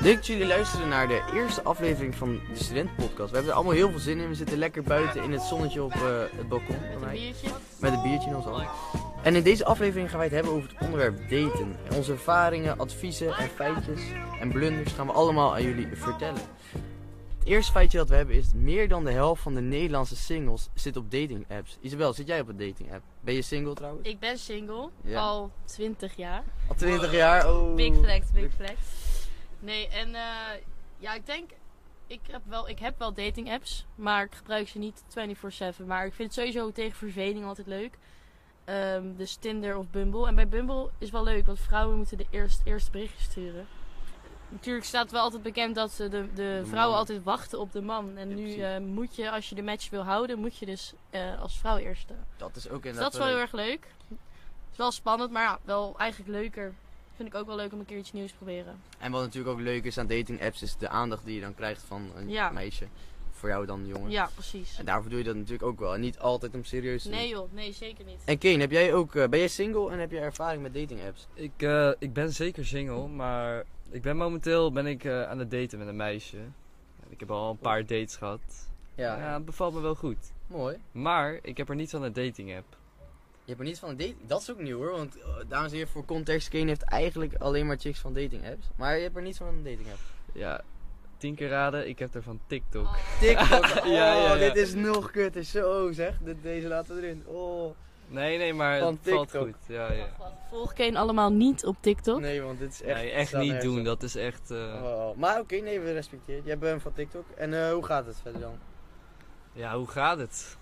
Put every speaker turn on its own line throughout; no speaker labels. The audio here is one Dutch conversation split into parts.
Leuk dat jullie luisteren naar de eerste aflevering van de Studentenpodcast. We hebben er allemaal heel veel zin in. We zitten lekker buiten in het zonnetje op eh, het balkon. van mij.
biertje.
Met een biertje in ons hand. En in deze aflevering gaan wij het hebben over het onderwerp daten. En onze ervaringen, adviezen en feitjes en blunders gaan we allemaal aan jullie vertellen. Het eerste feitje dat we hebben is meer dan de helft van de Nederlandse singles zit op dating apps. Isabel, zit jij op een dating app? Ben je single trouwens?
Ik ben single,
Ja.
al 20 jaar.
Al 20 jaar? Oh.
Big flex, big flex.
Nee, en eh, ja, ik denk, ik heb, wel, ik heb wel dating apps, maar ik gebruik ze niet 24-7. Maar ik vind het sowieso tegen verveling altijd leuk. Ehm, dus Tinder of Bumble. En bij Bumble is wel leuk, want vrouwen moeten de eerst, eerste berichtje sturen. Natuurlijk staat wel altijd bekend dat ze de, de, vrouwen
man.
altijd wachten op de man. En
Ja,
nu
precies.
eh, moet je, als je de match wil houden, moet je dus eh, als vrouw eerst. eh,
Dat is ook
Dus dat
inderdaad
is wel heel
leuk.
erg leuk. Het is wel spannend, maar ja, wel eigenlijk leuker. Vind ik ook wel leuk om een keer iets nieuws te proberen.
En wat natuurlijk ook leuk is aan dating apps is de aandacht die je dan krijgt van een
Ja.
meisje. Voor jou dan, jongen.
Ja, precies.
En daarvoor doe je dat natuurlijk ook wel. En niet altijd om serieus te doen.
Nee joh, nee zeker niet.
En Kane, heb jij ook, eh, ben jij single en heb je ervaring met dating apps?
Ik, eh, ik ben zeker single, maar ik ben momenteel ben ik, eh, aan het daten met een meisje. En Ik heb al een paar dates gehad. Ja, het bevalt me wel goed.
Mooi.
Maar ik heb er niets aan een dating app.
Je hebt er niet van een date. Dat is ook nieuw hoor. Want eh, dames en heren, voor context, Kane heeft eigenlijk alleen maar chicks van dating apps. Maar je hebt er niet van een dating app.
Ja, tien keer raden, ik heb er van TikTok.
TikTok. Oh,
Ja, ja, ja.
dit is nog kutter. Zo zeg. Dit- deze laten we erin. Oh.
Nee, nee, maar
Van
het valt
TikTok.
goed. Ja, ja.
Volg Kane allemaal niet op TikTok.
Nee, want dit is echt.
Nee, echt
staat
niet
nergens
doen,
op.
dat is echt... eh,
Oh, Maar oké, nee, we respecteren. het. Jij bent van TikTok. En eh, hoe gaat het verder dan?
Ja, hoe gaat het?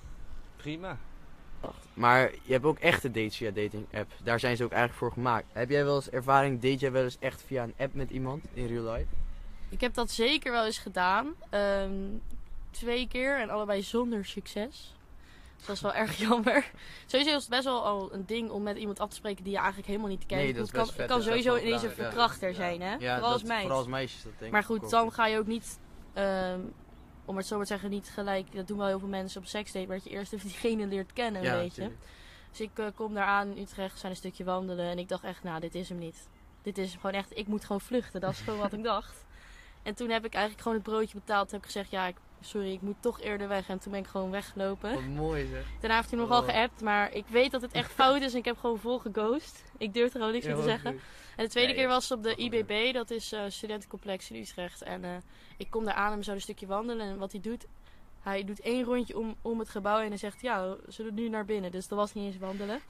Prima.
Maar je hebt ook echte dates via dating app. Daar zijn ze ook eigenlijk voor gemaakt. Heb jij wel eens ervaring, date jij wel eens echt via een app met iemand in real life?
Ik heb dat zeker wel eens gedaan. Ehm, twee keer en allebei zonder succes. Dus dat is wel erg jammer. Sowieso is het best wel al een ding om met iemand af te spreken die je eigenlijk helemaal niet kent.
Nee, dat is
Want het kan,
best vet,
het kan
dus dat is
sowieso
wel
ineens een
belangrijk, ja.
verkrachter
Ja.
zijn, hè? vooral als meisje.
Vooral als meisjes, dat denk
Maar
ik
goed,
ook.
dan ga je ook niet, ehm, om het zo maar te zeggen, niet gelijk. Dat doen wel heel veel mensen op seksdate, maar dat je eerst even diegene leert kennen, een beetje.
natuurlijk.
Dus ik eh, kom daar aan in Utrecht, we zijn een stukje wandelen en ik dacht echt, nou, dit is hem niet. Dit is hem gewoon echt, ik moet gewoon vluchten, dat is gewoon wat ik dacht. En toen heb ik eigenlijk gewoon het broodje betaald. Toen heb ik gezegd, ja, ik, sorry, ik moet toch eerder weg. En toen ben ik gewoon weggelopen.
Wat mooi zeg.
Daarna heeft hij me nogal
Oh.
geappt, maar ik weet dat het echt fout is en ik heb gewoon vol geghost. Ik durf er gewoon niks meer te zeggen. En de tweede
Ja, ja.
keer was op de
Dat kan
IBB, dat is eh studentencomplex in Utrecht. En eh, ik kom daar aan en we zouden een stukje wandelen. En wat hij doet, hij doet één rondje om, om het gebouw en hij zegt, ja, we zullen nu naar binnen. Dus dat was niet eens wandelen.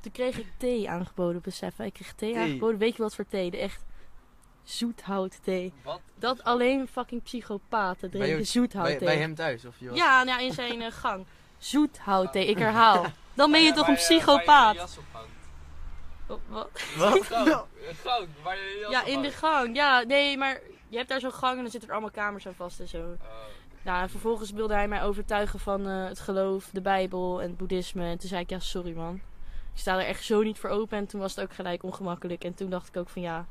Toen kreeg ik thee aangeboden, besef. hè. Ik kreeg thee,
Thee?
aangeboden. Weet je wat voor thee? De echt zoethout thee.
Wat?
Dat alleen fucking psychopaten
Bij
drinken
jou-
zoethout
Bij,
thee.
bij hem thuis? Of je was...
Ja, nou, ja, in zijn eh, gang. Zoethout thee, ik herhaal. Dan ben je toch
eh,
een psychopaat? Oh, wat?
Wat? Nou.
Ja, in de gang. Ja, nee, maar je hebt daar zo'n gang en dan zitten er allemaal kamers aan vast en zo. Nou, en vervolgens wilde hij mij overtuigen van eh, het geloof, de Bijbel en het boeddhisme. En toen zei ik, ja, sorry man. Ik sta er echt zo niet voor open. En toen was het ook gelijk ongemakkelijk. En toen dacht ik ook van, ja,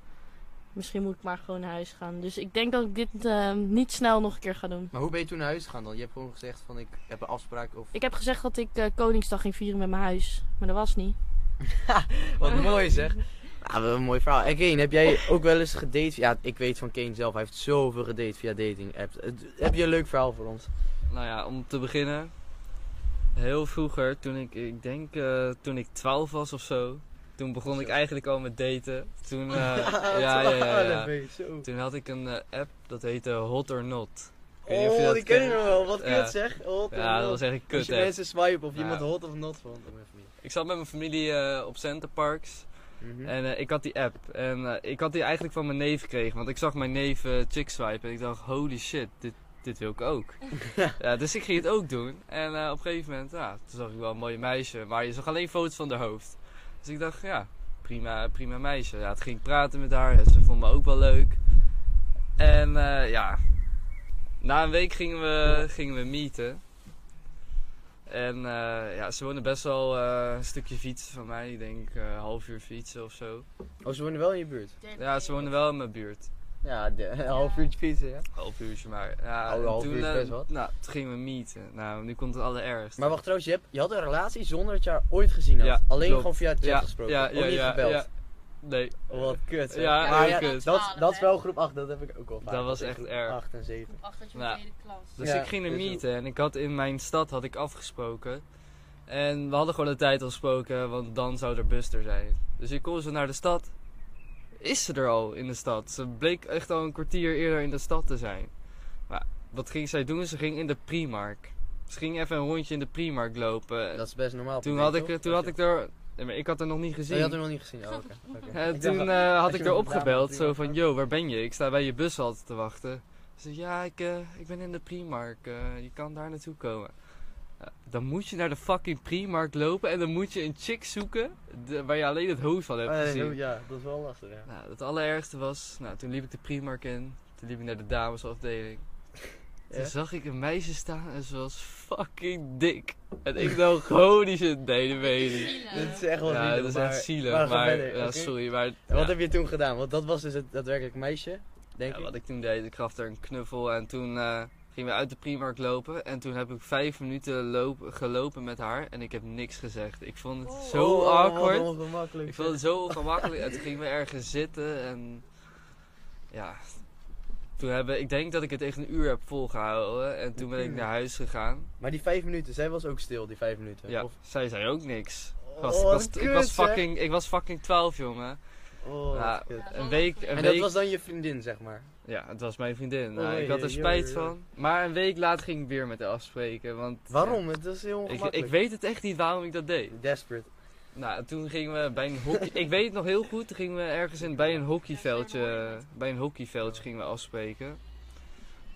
misschien moet ik maar gewoon naar huis gaan. Dus ik denk dat ik dit eh, niet snel nog een keer ga doen.
Maar hoe ben je toen naar huis gegaan dan? Je hebt gewoon gezegd van ik heb een afspraak of...
Ik heb gezegd dat ik eh, Koningsdag ging vieren met mijn huis. Maar dat was niet.
Wat mooi zeg. Ja, wat een mooi verhaal. En Kane, heb jij ook wel eens gedate? Ja, ik weet van Kane zelf, hij heeft zoveel gedate via dating apps. Het- Heb je een leuk verhaal voor ons?
Nou ja, om te beginnen. Heel vroeger, toen ik, ik denk eh, toen ik 12 was of zo. Toen begon ik
Zo.
eigenlijk al met daten. Toen, eh, ja, ja, ja, ja.
Zo.
Toen had ik een eh, app dat heette Hot or Not. Ik weet niet of je
Oh,
dat
die ken je
kent.
nog wel. Wat
Ja.
kut zeg. Oh, Hot of
Ja, dat
not.
was echt een
Als
kut
je
app.
mensen swipen of
Nou
iemand
ja.
hot of not vond. om even niet.
Ik zat met mijn familie eh, op Center Parks.
Mhm.
En eh, ik had die app. En eh, ik had die eigenlijk van mijn neef gekregen. Want ik zag mijn neef eh chick swipen. En ik dacht, holy shit, dit, dit wil ik ook. ja, dus ik ging het ook doen. En eh, op een gegeven moment, ja, toen zag ik wel een mooie meisje. Maar je zag alleen foto's van haar hoofd. Dus ik dacht, ja, prima, prima meisje. Ja, toen ging ik praten met haar. Ze vond me ook wel leuk. En eh, ja, na een week gingen we, gingen we meeten. En eh, ja, ze woonde best wel eh, een stukje fiets van mij. Ik denk eh, een half uur fietsen of zo.
Oh, ze wonen wel in je buurt.
Ja, ze woonden wel in mijn buurt.
Ja, de, een half uurtje fietsen, ja.
Half uurtje maar. Ja,
Oh, een
en
half
toen,
uur is
eh,
best wat.
Nou, toen gingen we meeten. Nou, nu komt het allerergst.
Maar wacht trouwens, je, hebt, je had een relatie zonder dat je haar ooit gezien had.
Ja,
Alleen
klopt.
gewoon via chat
Ja,
gesproken.
ja,
Ja,
ja,
niet
ja,
gebeld. Oh,
ja. Nee,
Wat kut. zeg.
Ja,
maar
heel
ja,
kut.
Dat,
12,
dat is
hè?
wel groep 8, dat heb ik ook al vaak.
dat was
gezegd.
echt erg.
8 en 7.
Acht dat je
Nou.
tweede klas.
Dus
Ah. Ja,
ik ging er
dus ook.
meeten en ik had in mijn stad had ik afgesproken. En we hadden gewoon de tijd afgesproken, want dan zou er Buster zijn. Dus ik kom ze naar de stad. Is ze er al in de stad? Ze bleek echt al een kwartier eerder in de stad te zijn. Maar wat ging zij doen? Ze ging in de Primark. Ze ging even een rondje in de Primark lopen.
Dat is best normaal.
toen had ik, toen had ik er... Nee, maar ik had haar nog niet
Oh, je had
gezien.
hem nog niet gezien. Oh, oké. Oké.
Eh,
Ik
toen
dacht-
eh,
als
had
je
ik
met
haar
een
opgebeld,
dame
zo
op
van,
Primark
yo, waar ben je? Ik sta bij je bus altijd te wachten. Ze zei, ja, ik, eh, ik ben in de Primark, eh, je kan daar naartoe komen. Ja, dan moet je naar de fucking Primark lopen en dan moet je een chick zoeken de- waar je alleen het hoofd van hebt
Oh, nee,
eh, gezien.
dat- ja, dat is wel lastig. Ja.
Nou, het allerergste was, nou, toen liep ik de Primark in, toen liep ik naar de damesafdeling. Toen
Ja?
zag ik een meisje staan en ze was fucking dik. En ik dacht, holy shit, nee, dat weet je niet.
Zielig.
Dit is echt wel
Ja,
zielig,
dat is
maar-
echt zielig,
we gaan
maar,
verder,
ja,
oké?
sorry, maar...
En wat
ja.
heb je toen gedaan? Want dat was dus het daadwerkelijk meisje, denk
Ja,
ik.
wat ik toen deed, ik gaf haar een knuffel en toen eh, gingen we uit de Primark lopen. En toen heb ik vijf minuten loop- gelopen met haar en ik heb niks gezegd. Ik vond het
Oh.
zo
Oh, wat
awkward.
ongemakkelijk.
ik vond het zo ongemakkelijk. en toen gingen we ergens zitten en ja... Toen hebben, ik denk dat ik het echt een uur heb volgehouden en toen ben ik naar huis gegaan.
Maar die vijf minuten, zij was ook stil, die vijf minuten.
Ja,
Of-
zij zei ook niks. Ik was,
Oh,
ik, was,
wat
ik, was
kut, zeg.
fucking, ik was fucking 12 jongen.
Oh, wat
Ja.
kut.
Ja,
Een week, een
En
week
dat was dan je vriendin, zeg maar.
Ja, het was mijn vriendin. Nou,
Oh,
ik had er
jee,
spijt
jee, jee.
van. Maar een week later ging ik weer met haar afspreken. Want,
Waarom? Het is heel
ja, ik,
ongemakkelijk.
ik weet het echt niet waarom ik dat deed.
Desperate.
Nou, toen gingen we bij een hockey... ik weet het nog heel goed. Toen gingen we ergens in, bij een hockeyveldje... Bij een hockeyveldje gingen we afspreken.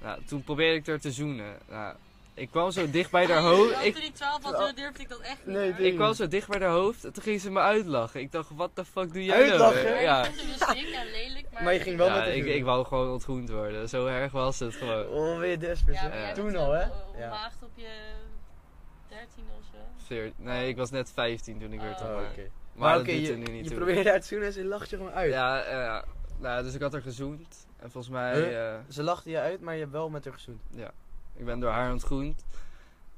Nou, toen probeerde ik haar te zoenen. Nou, ik kwam zo dicht bij haar hoofd. Ik,
Toen ik 12 was, toen durfde ik dat echt niet.
Nee,
hoor.
dit-
ik kwam zo dicht bij haar hoofd. en Toen ging ze me uitlachen. Ik dacht, wat de fuck doe jij nou?
Uitlachen?
weer?"
Maar
Ja.
Ik vond het dus dik en lelijk, maar...
Maar je ging wel
Ja,
met de
ik,
vriendin.
ik wou gewoon ontgroend worden. Zo erg was het gewoon.
Oh, weer desperate.
Ja,
zeg.
maar jij
Ja.
Toen
bent
al,
ook,
hè?
eh,
Ja.
onmaagd op je 13 of zo.
Veer- Nee, ik was net 15 toen ik werd
Oh.
Oh,
ontmaagd.
oké.
Maar,
Maar
dat
oké,
doet
je,
er nu niet
je
toe.
probeerde haar te zoenen en ze lachte je gewoon uit.
Ja, eh, ja. Nou, dus ik had haar gezoend. En volgens mij, eh,
Ze lachte je uit, maar je hebt wel met haar gezoend.
ik ben door haar ontgroend.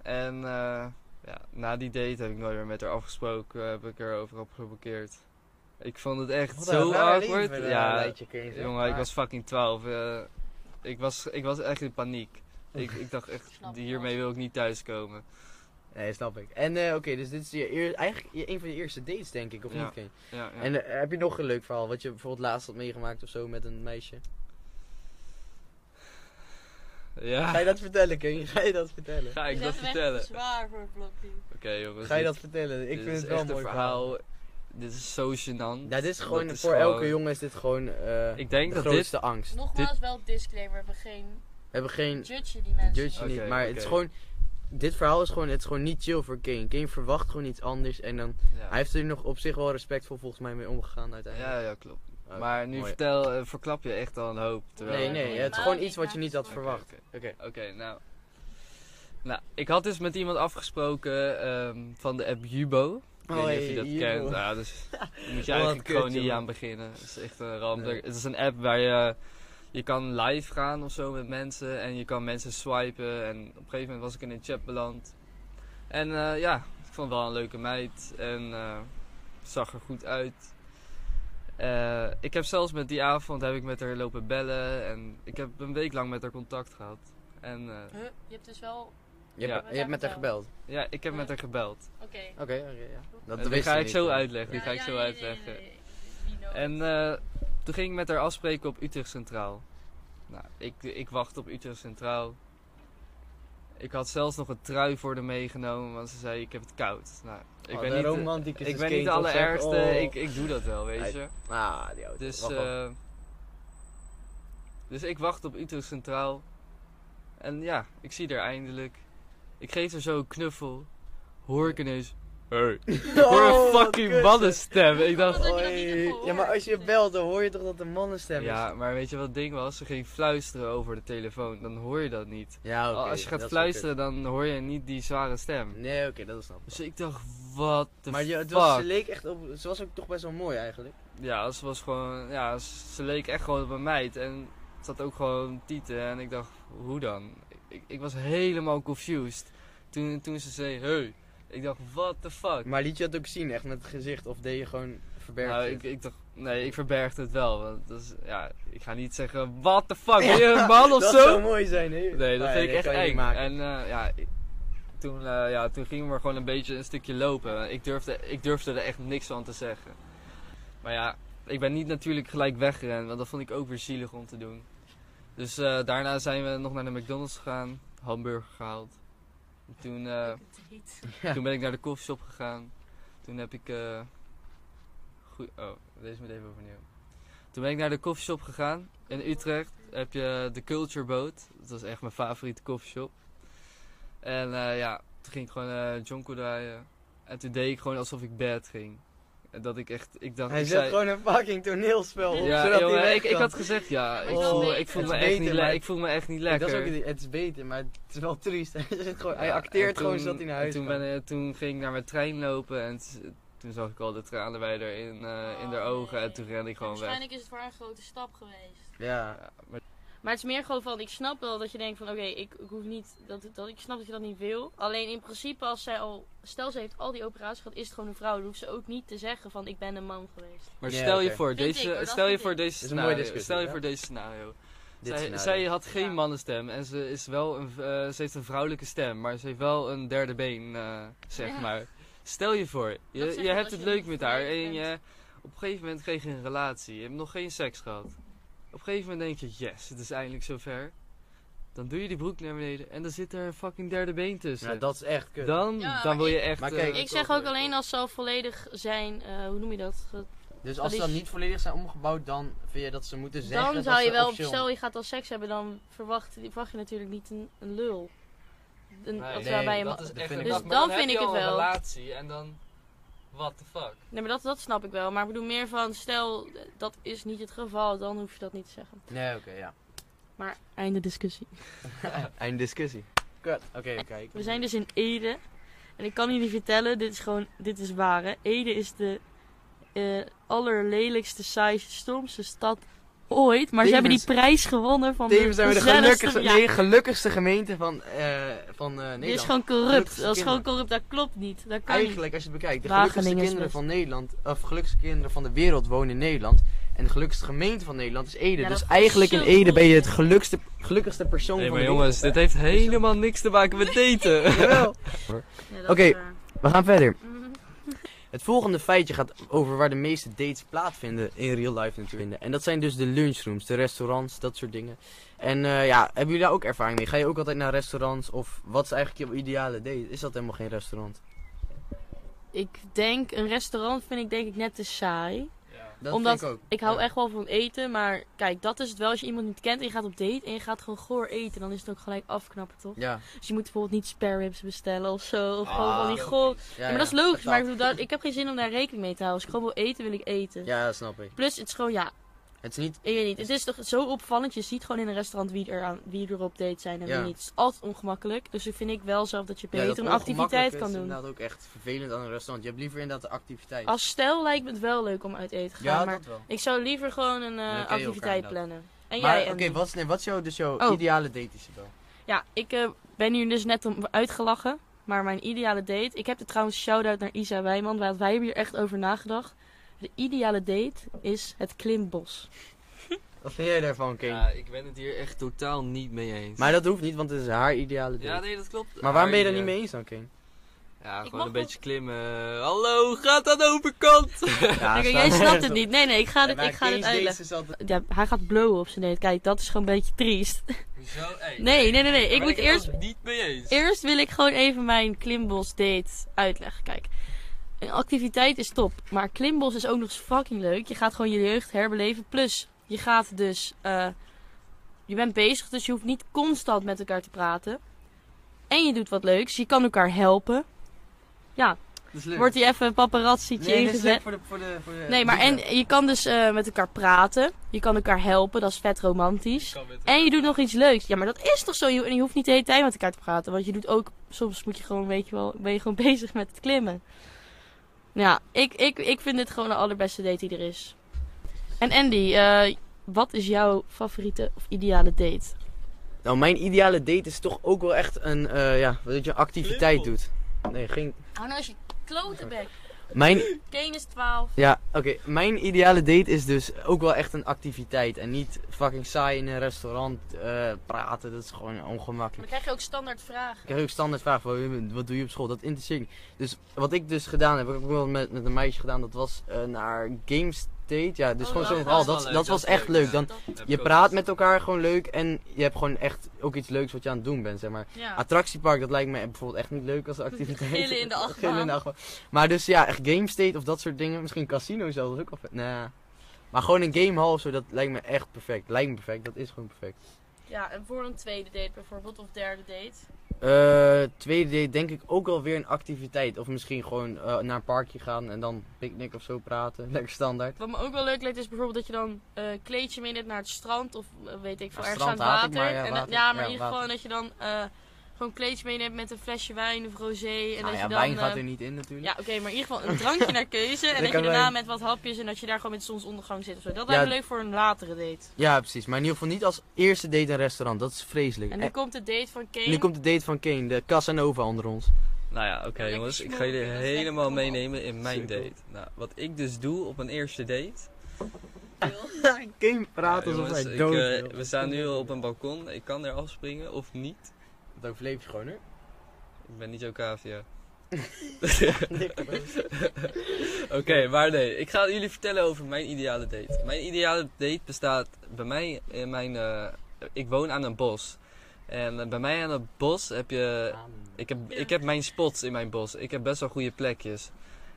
En eh, ja, na die date heb ik nooit meer met haar afgesproken. heb ik haar overal geblokkeerd. Ik vond het echt
Wat een
zo
raar
awkward.
leven, eh,
ja,
leidje, kun je zeggen.
jongen, ik
Maar-
was fucking 12. eh, ik, was, ik was echt in paniek. Ik, ik dacht echt,
Snap ik
hiermee wil ik niet thuiskomen.
Nee, snap ik. En eh, oké, dus dit is je eer- eigenlijk je, een van je eerste dates, denk ik, of
Ja.
niet? Ken?
Ja, ja.
En eh, heb je nog een leuk verhaal, wat je bijvoorbeeld laatst had meegemaakt of zo met een meisje?
ja.
eh, Ga je dat vertellen, Ken? Ga je dat vertellen?
Dus
Ga ik Ah. dat vertellen? Oké,
zwaar voor het blokje.
jongens.
Ga je
dit-
dat vertellen? Ik
dit
vind
is
het wel
echt
een mooi
een
verhaal.
verhaal. Dit is zo gênant.
Ja, dit is gewoon,
Dat is
voor
gewoon-
elke jongen is dit gewoon eh,
Ik denk
de
dat dit
grootste angst. We
Nogmaals wel disclaimer, we hebben geen
hebben geen
judge die mensen.
judge
Oké,
niet, maar het is
oké.
gewoon... Dit verhaal is gewoon, het is gewoon niet chill voor Kane. Kane verwacht gewoon iets anders en dan...
Ja,
Hij heeft er nog op zich wel respectvol volgens mij mee omgegaan uiteindelijk.
ja, ja, klopt.
Oké,
maar nu
Oh, mooi.
vertel, eh, verklap je echt al een hoop. Terwijl...
Nee, nee,
Oké,
het is
Helemaal
gewoon
niet,
iets wat je
maar
niet
het
had
is
oké,
verwacht.
oké.
Oké.
Oké, nou. Nou, ik had dus met iemand afgesproken ehm, van de app Jubo. Ik weet niet of je dat kent. Nou, dus daar moet je
Wat
eigenlijk
kut,
gewoon niet
jongen.
aan beginnen. Het is echt een ramp.
Nee.
Het is een app waar je... Je kan live gaan of zo met mensen. En je kan mensen swipen. En op een gegeven moment was ik in een chat beland. En eh, ja, ik vond wel een leuke meid. En eh, zag er goed uit. Eh, ik heb zelfs met die avond heb ik met haar lopen bellen. En ik heb een week lang met haar contact gehad. En eh,
Huh? Je hebt dus wel...
Je,
Ja.
hebt, je hebt met haar gebeld.
ja, ik heb met haar gebeld.
Oké.
Oké, oké, ja.
Dat ga ik zo uitleggen. Die
Ja,
ga ik
ja,
zo
nee, nee,
uitleggen.
nee, nee. Wie knows?
En eh, toen ging ik met haar afspreken op Utrecht Centraal. Nou, ik, ik wacht op Utrecht Centraal. Ik had zelfs nog een trui voor haar meegenomen, want ze zei ik heb het koud. Nou, ik
Oh,
Oh,
ben niet,
romanticus
ik ben niet de allerergste, ik, ik doe dat wel, weet
oh. Hij-
je.
Ah, die auto.
Dus,
Wacht, wacht.
eh, dus ik wacht op Utrecht Centraal. En ja, ik zie haar eindelijk. Ik geef haar zo een knuffel. Hoor ik ineens... Hey. Ik hoor
Oh,
een
wat
fucking
kut.
mannenstem. Ik dacht...
Dat heb je nog niet
Oei.
gehoord.
Ja, maar als je belt, dan hoor je toch dat de mannenstem is?
Ja, maar weet je wat het ding was? Ze ging fluisteren over de telefoon. Dan hoor je dat niet. Oh,
ja oké, dat
Als je gaat
is wel kut.
fluisteren, dan hoor je niet die zware stem.
Nee, oké, dat is snap ik.
Dus ik dacht, wat de
Maar je,
fuck?
het was, ze leek echt op... Ze was ook toch best wel mooi eigenlijk.
Ja, ze was gewoon... Ja, ze ze leek echt gewoon op een meid. En ze had ook gewoon tieten. En ik dacht, hoe dan? Ik, ik was helemaal confused. Toen, toen ze zei, hey. Ik dacht, what the fuck?
Maar liet je dat ook zien, echt met het gezicht? Of deed je gewoon verbergt
nou,
het.
ik, ik dacht, nee, ik verberg het wel. Want dat is, ja, ik ga niet zeggen, what the fuck, ben je een man of
dat
zo?
zou mooi zijn, hè?
Nee, dat
Ah,
vind ik echt
kan je niet
eng.
maken.
En eh, ja, ik- toen, eh, ja, toen gingen we gewoon een beetje een stukje lopen. Ik durfde, ik durfde er echt niks van te zeggen. Maar ja, ik ben niet natuurlijk gelijk weggerend, want dat vond ik ook weer zielig om te doen. Dus eh, daarna zijn we nog naar de McDonald's gegaan, hamburger gehaald. En Toen, eh,
Ja.
toen ben ik naar de koffieshop gegaan. Toen heb ik... eh goe- oh, deze moet even overnieuw. Toen ben ik naar de koffieshop gegaan. In Utrecht heb je eh, de Culture Boat. Dat was echt mijn favoriete koffieshop. En eh, ja, toen ging ik gewoon eh jonko draaien. En toen deed ik gewoon alsof ik bed ging. En dat ik echt... Ik dacht,
Hij
ik
zet gewoon een fucking toneelspel op,
ja,
zodat
jongen,
hij
ik,
weg
ik
kan.
had gezegd ja. Ik
Oh,
voel,
het
ik, voel
is
me echt
beter,
niet le-
maar-
ik voel me echt niet
Kijk,
lekker.
Dat is ook, het idee. het is beter, maar het is wel triest. hij, zit gewoon, hij
Ja,
acteert
en
gewoon
toen-
zodat hij naar
en
huis
toen,
gaat.
ben ik- toen ging ik naar mijn trein lopen en t- toen zag ik al de tranen bij haar in, eh, in haar
Oh,
ogen. En
nee.
toen rende ik gewoon weg.
Waarschijnlijk is het voor haar een grote stap geweest.
Ja,
Ja, maar
Maar het is meer gewoon van, ik snap wel dat je denkt van, oké, ik, ik hoef niet, dat, dat, ik snap dat je dat niet wil. Alleen in principe als zij al, stel ze heeft al die operaties gehad, is het gewoon een vrouw. Dan hoeft ze ook niet te zeggen van, ik ben een man geweest.
Maar
Ja,
stel je
oké.
voor
Vind ik, hoor,
deze,
dat
stel je
vind
voor
ik.
deze
is een mooie
scenario.
discussie,
Stel je
ja.
voor deze scenario.
dit
Zij,
scenario.
zij had geen
Ja.
mannenstem en ze is wel een, v- eh, ze heeft een vrouwelijke stem, maar ze heeft wel een derde been, eh, zeg
Ja.
maar. Stel je voor,
zeg
je,
je
je hebt
als
het
je
leuk
niet
met haar
verliefd
en
bent.
je, op een gegeven moment kreeg je een relatie. Je hebt nog geen seks gehad. Op een gegeven moment denk je, yes, het is eindelijk zover. Dan doe je die broek naar beneden en dan zit er een fucking derde been tussen.
Nou, dat is echt kut.
dan,
Ja, maar
dan wil
ik-
je echt...
Maar kijk,
eh,
Ik zeg ook
klopt.
alleen als ze al volledig zijn, eh, hoe noem je dat? Ge-
dus als ze
dat
dan
is-
niet volledig zijn omgebouwd, dan vind je dat ze moeten zeggen
Dan
dat
zou je
ze
wel,
officieel-
stel je gaat al seks hebben, dan verwacht, verwacht je natuurlijk niet een, een lul. Een,
Nee.
of
Nee,
waarbij je
dat
ma-
is- vind ik
Dus
ook.
dan vind ik het wel.
relatie en dan... What the fuck?
Nee, maar dat, dat snap ik wel. Maar ik bedoel meer van, stel eh, dat is niet het geval, dan hoef je dat niet te zeggen.
Nee, oké, ja.
Maar einde discussie.
Einde discussie. Kut. Oké, kijk.
We zijn dus in Ede. En ik kan jullie vertellen, dit is gewoon, dit is waar hè. Ede is de eh, allerlelijkste, saaiste, stomste stad ooit. Maar ze hebben die prijs gewonnen van
Tevens
de
zijn we de
gezelligste-
gelukkigste,
ja,
nee, gelukkigste gemeente van, eh van eh, Nederland.
Dit is gewoon corrupt.
Gelukkigste
Dat is gewoon
kinderen.
corrupt, dat klopt niet. Dat kan niet.
Eigenlijk, als je het bekijkt, de
Wageningen
gelukkigste
is
kinderen
best.
van Nederland, of gelukkigste kinderen van de wereld wonen in Nederland. En de gelukkigste gemeente van Nederland is Ede.
Ja, dat
dus
is
eigenlijk in
zo
Ede
goed.
ben je het gelukkigste, gelukkigste persoon
Nee,
van
maar
de
jongens, dit
wereld,
heeft helemaal niks te maken met daten.
hè? Jawel.
Ja, dat is
Oké.
waar.
We gaan verder.
Mhm.
Het volgende feitje gaat over waar de meeste dates plaatsvinden in real life natuurlijk. En dat zijn dus de lunchrooms, de restaurants, dat soort dingen. En eh, ja, hebben jullie daar ook ervaring mee? Ga je ook altijd naar restaurants of wat is eigenlijk je ideale date? Is dat helemaal geen restaurant?
Ik denk, een restaurant vind ik denk ik net te saai.
Dat
Omdat
vind ik ook.
Ik hou
Ja.
echt wel van eten, maar kijk, dat is het wel. Als je iemand niet kent en je gaat op date en je gaat gewoon goor eten, dan is het ook gelijk afknappen, toch?
Ja.
Dus je moet bijvoorbeeld niet spare ribs bestellen of zo. Of
Ah,
gewoon van die goor.
ja,
Ja, maar dat is logisch, maar ik, bedoel, dat- ik heb geen zin om daar rekening mee te houden. Als ik gewoon wil eten, wil ik eten.
Ja, dat snap ik.
Plus, het is gewoon, ja,
Het is niet...
ik weet niet. Het is toch zo opvallend. Je ziet gewoon in een restaurant wie er, aan, wie er op date zijn en
Ja.
wie niet. Het is altijd ongemakkelijk. Dus ik vind ik wel zelf dat je
ja,
beter
dat
een activiteit
ongemakkelijke
kan
is
doen.
inderdaad ook echt vervelend aan een restaurant. Je hebt liever inderdaad de activiteit.
Als stel lijkt me het wel leuk om uit eten te gaan,
ja,
maar
dat wel.
ik zou liever gewoon een eh,
ken je elkaar
activiteit
inderdaad.
plannen. En
Maar
jij,
oké,
Andy?
wat, is- nee, wat is jouw, dus jouw
Oh.
ideale date is wel?
Ja, ik eh, ben hier dus net om uitgelachen. Maar mijn ideale date. Ik heb er trouwens shout-out naar Isa Wijman. Want wij hebben hier echt over nagedacht. De ideale date is het klimbos.
Wat vind jij daarvan, Kane?
Ja, ik ben het hier echt totaal niet mee eens.
Maar dat hoeft niet, want het is haar ideale date.
ja, nee, dat klopt.
Maar waarom ben je daar
ja.
niet mee eens dan, Kane?
Ja,
Ik
gewoon
mag
een
wel-
beetje klimmen. Hallo, gaat aan de overkant!
Ja,
Kijk, jij snapt het niet. Nee, nee, ik ga dit, ik ga dit uitleggen.
is altijd...
Ja, hij gaat blowen op zijn date. Kijk, dat is gewoon een beetje triest.
Hoezo? Hey,
Nee, nee, nee, nee. Ik
ben
moet
het
eerst
ook niet mee eens.
Eerst wil ik gewoon even mijn klimbos date uitleggen. Kijk, een activiteit is top, maar klimbos is ook nog eens fucking leuk. Je gaat gewoon je jeugd herbeleven. Plus, je gaat dus, eh, je bent bezig, dus je hoeft niet constant met elkaar te praten. En je doet wat leuks, je kan elkaar helpen.
Dus leuk.
Wordt hier even een paparazzietje
nee, dit is leuk
ingezet?
voor de, voor de, voor de...
Nee, maar en je kan dus eh, met elkaar praten. Je kan elkaar helpen, dat is vet romantisch. En je doet nog iets leuks. Ja, maar dat is toch zo? Je, en je hoeft niet de hele tijd met elkaar te praten. Want je doet ook... Soms moet je gewoon, weet je wel... Ben je gewoon bezig met het klimmen. Nou Ja, ik, ik, ik vind dit gewoon de allerbeste date die er is. En Andy, eh, wat is jouw favoriete of ideale date?
Nou, mijn ideale date is toch ook wel echt een, eh, ja, dat je een activiteit doet. Nee, geen...
Oh, nou is je klote bek.
Mijn,
Kane is 12.
ja, oké. Mijn ideale date is dus ook wel echt een activiteit. En niet fucking saai in een restaurant eh, praten. Dat is gewoon
Maar
ongemakkelijk.
krijg je ook standaard vragen.
Ik heb ook standaard vraag van wat doe je op school? Dat interesseert niet. Dus wat ik dus gedaan heb, heb ik ook wel met, met een meisje gedaan. Dat was eh, naar Games Date. Ja, dus
Oh,
gewoon zo'n
ja, dat is
verhaal.
wel
Dat, dat
leuk, dat
was
is
echt
leuk,
leuk.
ja.
Dan,
Dat-
je praat met elkaar gewoon leuk. En je hebt gewoon echt ook iets leuks wat je aan het doen bent, zeg maar.
ja.
Attractiepark, dat lijkt me bijvoorbeeld echt niet leuk als activiteit.
Gillen in de achtbaan.
Gillen in de achtbaan. Maar dus ja, echt Game State of dat soort dingen. Misschien casino zelfs ook al. vet. Nah. Maar gewoon een gamehall of zo, dat lijkt me echt perfect. Lijkt me perfect, dat is gewoon perfect.
ja, en voor een tweede date bijvoorbeeld, of derde date.
Eh, tweede date denk ik ook alweer een activiteit. Of misschien gewoon eh, naar een parkje gaan en dan picknick of zo praten. Lekker standaard.
Wat me ook wel leuk lijkt is bijvoorbeeld dat je dan eh, een kleedje meeneemt naar het strand of eh, weet ik veel,
Ja,
ergens aan
strand
het
haat
water.
ik, maar ja,
en, dan-
water.
ja, maar
Ja,
in ieder geval
water.
dat je dan eh, gewoon een kleedje meeneemt met een flesje wijn of rosé. En
nou
dat
ja,
je dan,
wijn
eh,
gaat er niet in natuurlijk.
Ja, oké, maar in ieder geval een drankje naar keuze. En dat je
Lekker
daarna
wijn.
met wat hapjes en dat je daar gewoon met zonsondergang zit of zo. Dat lijkt me
Ja.
leuk voor een latere date.
Ja, precies. Maar in ieder geval niet als eerste date een restaurant. Dat is vreselijk.
En nu komt de date van Kane.
Eh, nu komt de date van Kane, de Casanova onder ons.
Nou ja, oké
Lekker
jongens, ik ga
smoren,
jullie
dat is echt
helemaal
cool.
meenemen in mijn
Super.
date. Nou, wat ik dus doe op een eerste date.
Kane praat
Ja,
alsof
jongens,
hij
ik,
dood
eh,
wil.
We staan nu op een balkon, ik kan er afspringen of niet.
Dat overleef je gewoon, hè?
Ik ben niet zo cavia. Oké, maar nee, ik ga jullie vertellen over mijn ideale date. Mijn ideale date bestaat bij mij in mijn. eh, ik woon aan een bos. En eh, bij mij aan het bos heb je Eh,
Ah,
Ik heb,
Ja.
ik heb mijn spots in mijn bos. Ik heb best wel goede plekjes.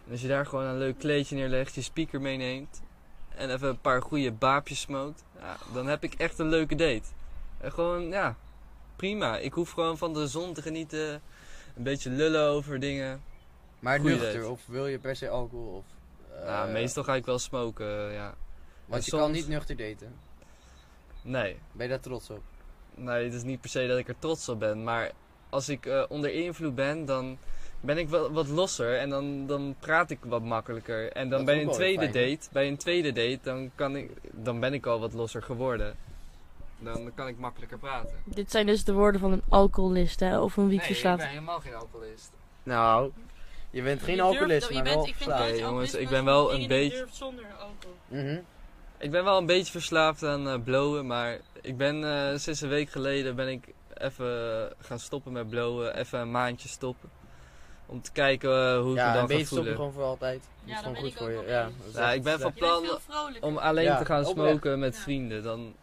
En als je daar gewoon een leuk kleedje neerlegt, je speaker meeneemt en even een paar goede baapjes smookt, ja, dan heb ik echt een leuke date. En gewoon, ja, prima. Ik hoef gewoon van de zon te genieten. Een beetje lullen over dingen.
Maar
Goeie
nuchter,
date.
of wil je per se alcohol? Of, eh,
Ja, meestal ga ik wel smoken, ja.
Want je
soms-
kan niet nuchter daten.
Nee,
Ben je daar trots op?
nee, het is niet per se dat ik er trots op ben. Maar als ik eh, onder invloed ben, dan ben ik wel wat losser en dan, dan praat ik wat makkelijker. En
Dat
dan
is
bij
ook
een
wel
tweede
fijn, hè?
date, bij een tweede date, dan, kan ik, dan ben ik al wat losser geworden. Dan kan ik makkelijker praten.
Dit zijn dus de woorden van een alcoholist, hè? Of een wietverslaafd.
helemaal geen alcoholist.
Nou, je bent geen
Je durft-
alcoholist,
je
maar
bent-
wel
ik vind
verslaafd.
dat je
Nee, jongens,
alcoholist
ik
bent
ben wel
die
een
dingen
beetje-
durft zonder alcohol.
Mhm.
Ik ben wel een beetje verslaafd aan eh blowen, maar ik ben eh, sinds een week geleden ben ik even gaan stoppen met blowen. Even een maandje stoppen. Om te kijken eh, hoe ik me
Ja,
dan
een
ga
beetje stoppen
voelen.
gewoon voor altijd. Dat
Ja,
is
daar
gewoon
ben
goed
ik ook
voor je.
wel
Ja,
mee eens.
dat is
Ja,
echt
ik ben van
slecht.
Je bent veel
plan
vrolijker.
om alleen
Ja,
te gaan
oprecht.
smoken met
Ja.
vrienden, dan,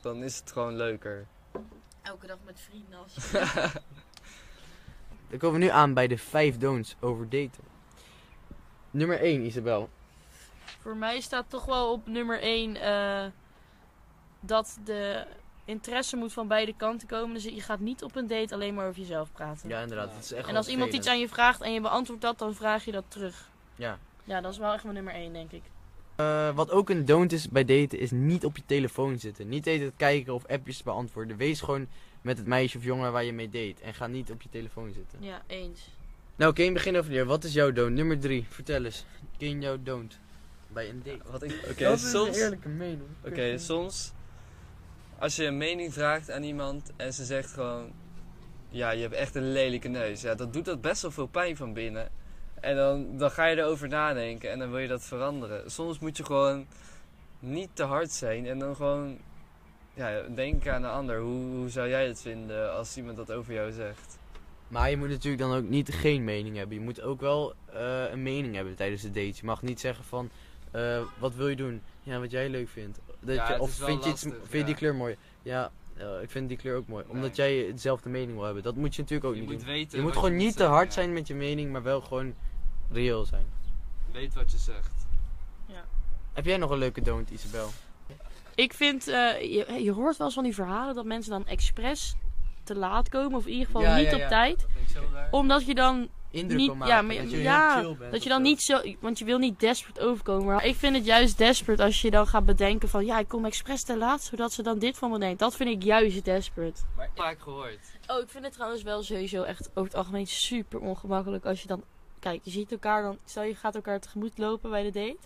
dan is het gewoon leuker.
Elke dag met vrienden als
Dan komen we nu aan bij de vijf don'ts over daten. Nummer 1, Isabel.
Voor mij staat toch wel op nummer 1 eh, dat de interesse moet van beide kanten komen. Dus je gaat niet op een date alleen maar over jezelf praten.
Ja, inderdaad. Dat is echt
en als
wel
iemand iets
vervelend.
aan je vraagt en je beantwoordt dat, dan vraag je dat terug.
Ja.
Ja, dat is wel echt mijn nummer 1, denk ik.
Eh, wat ook een don't is bij daten, is niet op je telefoon zitten. Niet eten kijken of appjes beantwoorden. Wees gewoon met het meisje of jongen waar je mee date. En ga niet op je telefoon zitten.
Ja, eens.
Nou, Kane, begin over jou. Wat is jouw don't? Nummer 3, vertel eens. Kane, jouw don't. Bij een date.
Wat ik, oké,
dat is
soms,
een eerlijke mening.
oké, soms als je een mening vraagt aan iemand en ze zegt gewoon, ja, je hebt echt een lelijke neus. Ja, dat doet dat best wel veel pijn van binnen. En dan, dan ga je erover nadenken en dan wil je dat veranderen. Soms moet je gewoon niet te hard zijn en dan gewoon ja, denken aan de ander. Hoe, hoe zou jij het vinden als iemand dat over jou zegt?
Maar je moet natuurlijk dan ook niet geen mening hebben. Je moet ook wel eh, een mening hebben tijdens de date. Je mag niet zeggen van, eh, wat wil je doen? Ja, wat jij leuk vindt. Dat
Ja,
je,
het
of
is wel
vind, je iets,
lastig,
vind je die
ja.
kleur mooi? Ja, eh, ik vind die kleur ook mooi.
Nee.
Omdat jij hetzelfde mening wil hebben. Dat moet je natuurlijk ook niet doen.
weten.
Je moet gewoon niet te hard zijn met je mening, maar wel gewoon reëel zijn.
Weet wat je zegt.
Heb jij nog een leuke don't, Isabel?
Ik vind, eh, je, je hoort wel eens van die verhalen dat mensen dan expres te laat komen. Of in ieder geval
Ja,
niet
ja,
op
ja.
tijd. Omdat je dan
Indruk
Niet-
wil maken,
ja, maar-
dat je
ja,
heel chill bent.
Dat je
of
dan
zo.
niet zo, want je wil niet desperate overkomen. Maar ik vind het juist desperate als je dan gaat bedenken van ja, ik kom expres te laat, zodat ze dan dit van me denkt. Dat vind ik juist desperate.
Maar vaak gehoord.
Oh, ik vind het trouwens wel sowieso echt over het algemeen super ongemakkelijk als je dan. Kijk, je ziet elkaar dan. Stel je gaat elkaar tegemoet lopen bij de date.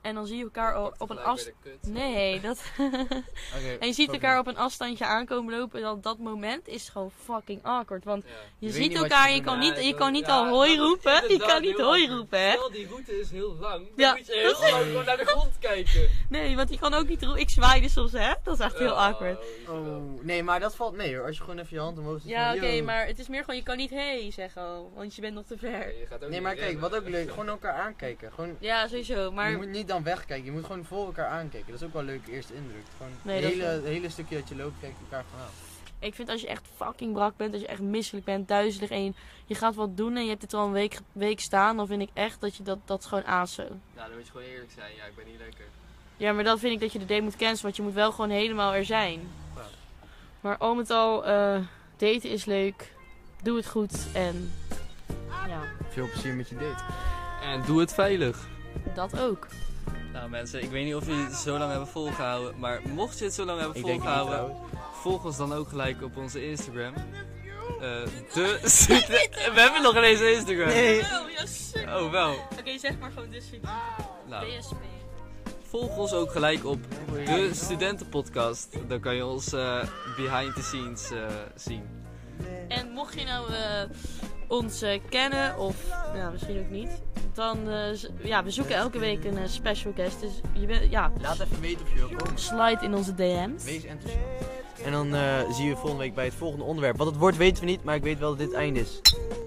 En dan zie je elkaar al op een afstand. Nee, dat.
Oké,
en je ziet
stop
elkaar
nu.
op een afstandje aankomen lopen. En op dat moment is gewoon fucking awkward. Want
Ja.
je,
weet
ziet
niet wat je
elkaar en je
moet
kan
doen.
niet,
Ja,
je
dat-
kan niet
ja,
al hoi
dat is
roepen. Je
inderdaad
kan niet
heel
hoi
awkward.
roepen, hè?
Stel, die route is heel lang. Dan
Ja.
moet je heel lang gewoon naar de grond kijken.
Nee, want je kan ook niet roepen. Ik zwaaide soms, hè? Oh. Dat is echt heel
Ja,
awkward.
Oh, nee, maar dat valt mee hoor. Als je gewoon even je hand omhoog zet.
Ja,
van,
oké,
yo.
maar het is meer gewoon, je kan niet hey zeggen al, want je bent nog te ver.
je gaat ook
Nee,
niet
maar kijk,
rennen.
wat ook leuk. Gewoon elkaar aankijken. Gewoon,
Ja, sowieso,
Je
maar...
moet niet dan wegkijken. Je moet gewoon voor elkaar aankijken. Dat is ook wel leuk eerste indruk. Gewoon
Nee,
het
dat is
hele,
wel-
het hele stukje dat je loopt, kijk elkaar van aan.
Ik vind als je echt fucking brak bent, als je echt misselijk bent, duizelig en je, je gaat wat doen en je hebt dit al een week, week staan, dan vind ik echt dat je dat, dat gewoon aanzo.
Nou, dan moet je gewoon eerlijk zijn. Ja, ik ben niet lekker.
Ja, maar dan vind ik dat je de date moet cancelen, want je moet wel gewoon helemaal er zijn.
Ja.
Maar al met al, eh, daten is leuk, doe het goed en ja,
Veel plezier met je date.
En doe het veilig.
dat ook.
Nou mensen, ik weet niet of jullie het zo lang hebben volgehouden, maar mocht je het zo lang hebben
Ik denk niet
volgehouden,
trouwens.
volg ons dan ook gelijk op onze Instagram. Eh, de We hebben nog ineens een Instagram.
Oh, ja, super.
Oh wel.
Oké, zeg maar gewoon dus
Nou,
BSP.
volg ons ook gelijk op de
Dus-
studentenpodcast. Dan kan je ons eh, behind the scenes eh, zien.
En mocht je nou eh, ons eh, kennen, of ja, misschien ook niet, dan eh, z- ja, we zoeken elke week een eh, special guest. Dus je bent, ja,
Laat even weten of je wil komen.
slide in onze DM's.
Wees enthousiast. En dan eh, zie je volgende week bij het volgende onderwerp. Wat het wordt weten we niet, maar ik weet wel dat dit het einde is.